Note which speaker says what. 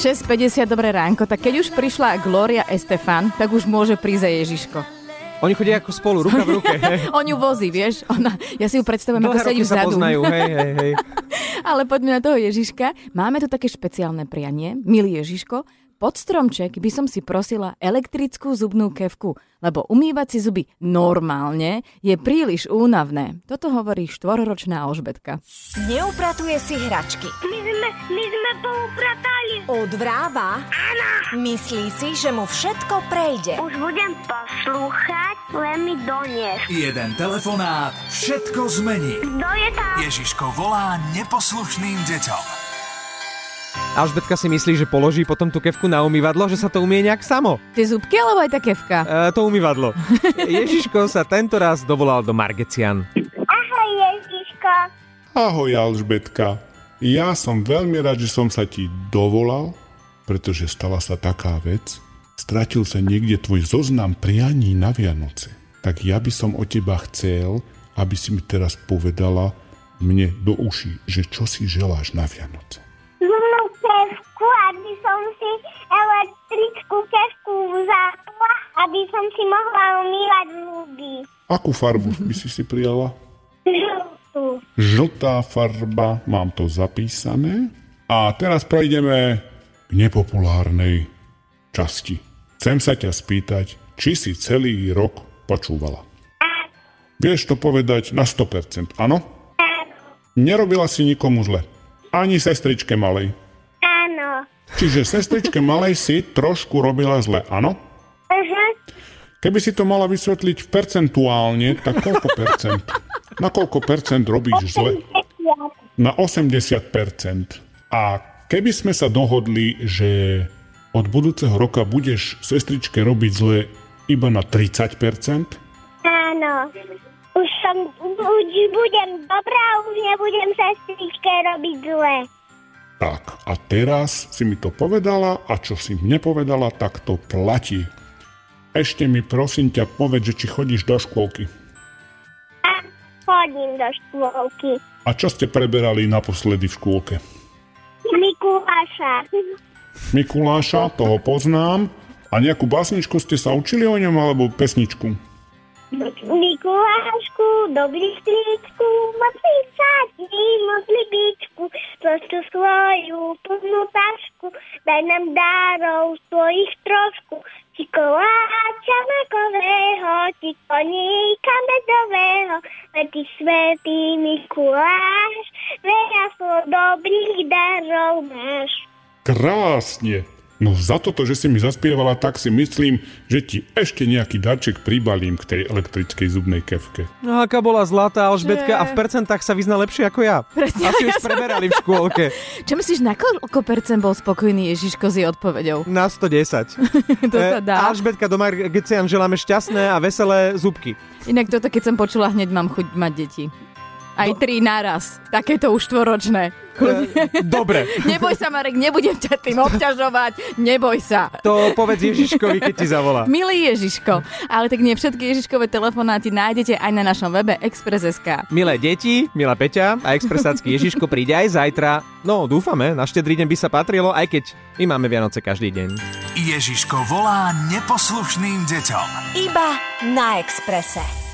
Speaker 1: 6.50, dobré ránko. Tak keď už prišla Gloria Estefan, tak už môže prísť aj Ježiško.
Speaker 2: Oni chodia ako spolu, ruka v ruke. hej.
Speaker 1: On ju vozí, vieš? Ona, ja si ju predstavujem, ako
Speaker 2: Dlhé
Speaker 1: sedí
Speaker 2: roky sa
Speaker 1: vzadu.
Speaker 2: poznajú, hej, hej, hej.
Speaker 1: Ale poďme na toho Ježiška. Máme tu také špeciálne prianie. Milý Ježiško, pod stromček by som si prosila elektrickú zubnú kevku, lebo umývať si zuby normálne je príliš únavné. Toto hovorí štvororočná Alžbetka.
Speaker 3: Neupratuje si hračky.
Speaker 4: My sme, my sme poupratali.
Speaker 3: Odvráva. Myslí si, že mu všetko prejde.
Speaker 4: Už budem poslúchať, len mi donies.
Speaker 5: Jeden telefonát všetko zmení.
Speaker 4: Kto je tam?
Speaker 5: Ježiško volá neposlušným deťom.
Speaker 2: Alžbetka si myslí, že položí potom tú kevku na umývadlo, že sa to umie nejak samo.
Speaker 1: Tie zubky alebo aj tá kevka?
Speaker 2: E, to umývadlo. Ježiško sa tento raz dovolal do Margecian.
Speaker 4: Ahoj, Ježiško.
Speaker 6: Ahoj Alžbetka, ja som veľmi rád, že som sa ti dovolal, pretože stala sa taká vec. Stratil sa niekde tvoj zoznam prianí na Vianoce. Tak ja by som od teba chcel, aby si mi teraz povedala mne do uší, že čo si želáš na Vianoce.
Speaker 4: Zubnú kevku, aby som si elektrickú kevku zapla, aby som si mohla umývať zuby.
Speaker 6: Akú farbu by si si prijala?
Speaker 4: Žltú.
Speaker 6: Žltá farba, mám to zapísané. A teraz prejdeme k nepopulárnej časti. Chcem sa ťa spýtať, či si celý rok počúvala. Vieš to povedať na 100%, áno? Nerobila si nikomu zle. Ani sestričke malej.
Speaker 4: Áno.
Speaker 6: Čiže sestričke malej si trošku robila zle, áno?
Speaker 4: Aha.
Speaker 6: Keby si to mala vysvetliť percentuálne, tak koľko percent? Na koľko percent robíš zle? na 80%. A keby sme sa dohodli, že od budúceho roka budeš sestričke robiť zle iba na 30%,
Speaker 4: Áno. Už som, už budem dobrá, už nebudem sa stričke robiť zle.
Speaker 6: tak a teraz si mi to povedala a čo si mne povedala, tak to platí. Ešte mi prosím ťa povedz, že či chodíš do škôlky.
Speaker 4: A chodím do škôlky.
Speaker 6: A čo ste preberali naposledy v škôlke?
Speaker 4: Mikuláša.
Speaker 6: Mikuláša, toho poznám. A nejakú básničku ste sa učili o ňom, alebo pesničku?
Speaker 4: Mikulášku, dobrý stričku, musí sa ti, musí byčku, prostu svoju plnú tašku, daj nám darov svojich trošku, či koláča makového, či koníka medového, Svetý svetý Mikuláš, veľa slov dobrých darov máš.
Speaker 6: Krásne. No za toto, že si mi zaspievala, tak si myslím, že ti ešte nejaký darček pribalím k tej elektrickej zubnej kevke.
Speaker 2: No aká bola zlatá Alžbetka a v percentách sa vyzna lepšie ako ja.
Speaker 1: Presne,
Speaker 2: Asi
Speaker 1: ja
Speaker 2: už
Speaker 1: som-
Speaker 2: preberali v škôlke.
Speaker 1: Čo myslíš, na koľko percent bol spokojný Ježiško s jej odpovedou?
Speaker 2: Na 110.
Speaker 1: To sa
Speaker 2: E,
Speaker 1: dá.
Speaker 2: Alžbetka do Margecian želáme šťastné a veselé zubky.
Speaker 1: Inak toto, keď som počula, hneď mám chuť mať deti. Aj tri naraz. Takéto už štvoročné.
Speaker 2: E, dobre.
Speaker 1: Neboj sa, Marek, nebudem ťa tým obťažovať. Neboj sa.
Speaker 2: To povedz Ježiškovi, keď ti zavolá.
Speaker 1: Milý Ježiško, ale tak nie všetky Ježiškové telefonáty nájdete aj na našom webe Express.sk.
Speaker 2: Milé deti, milá Peťa a expresácky Ježiško príde aj zajtra. No, dúfame, na štedrý deň by sa patrilo, aj keď my máme Vianoce každý deň.
Speaker 5: Ježiško volá neposlušným deťom.
Speaker 3: Iba na Exprese.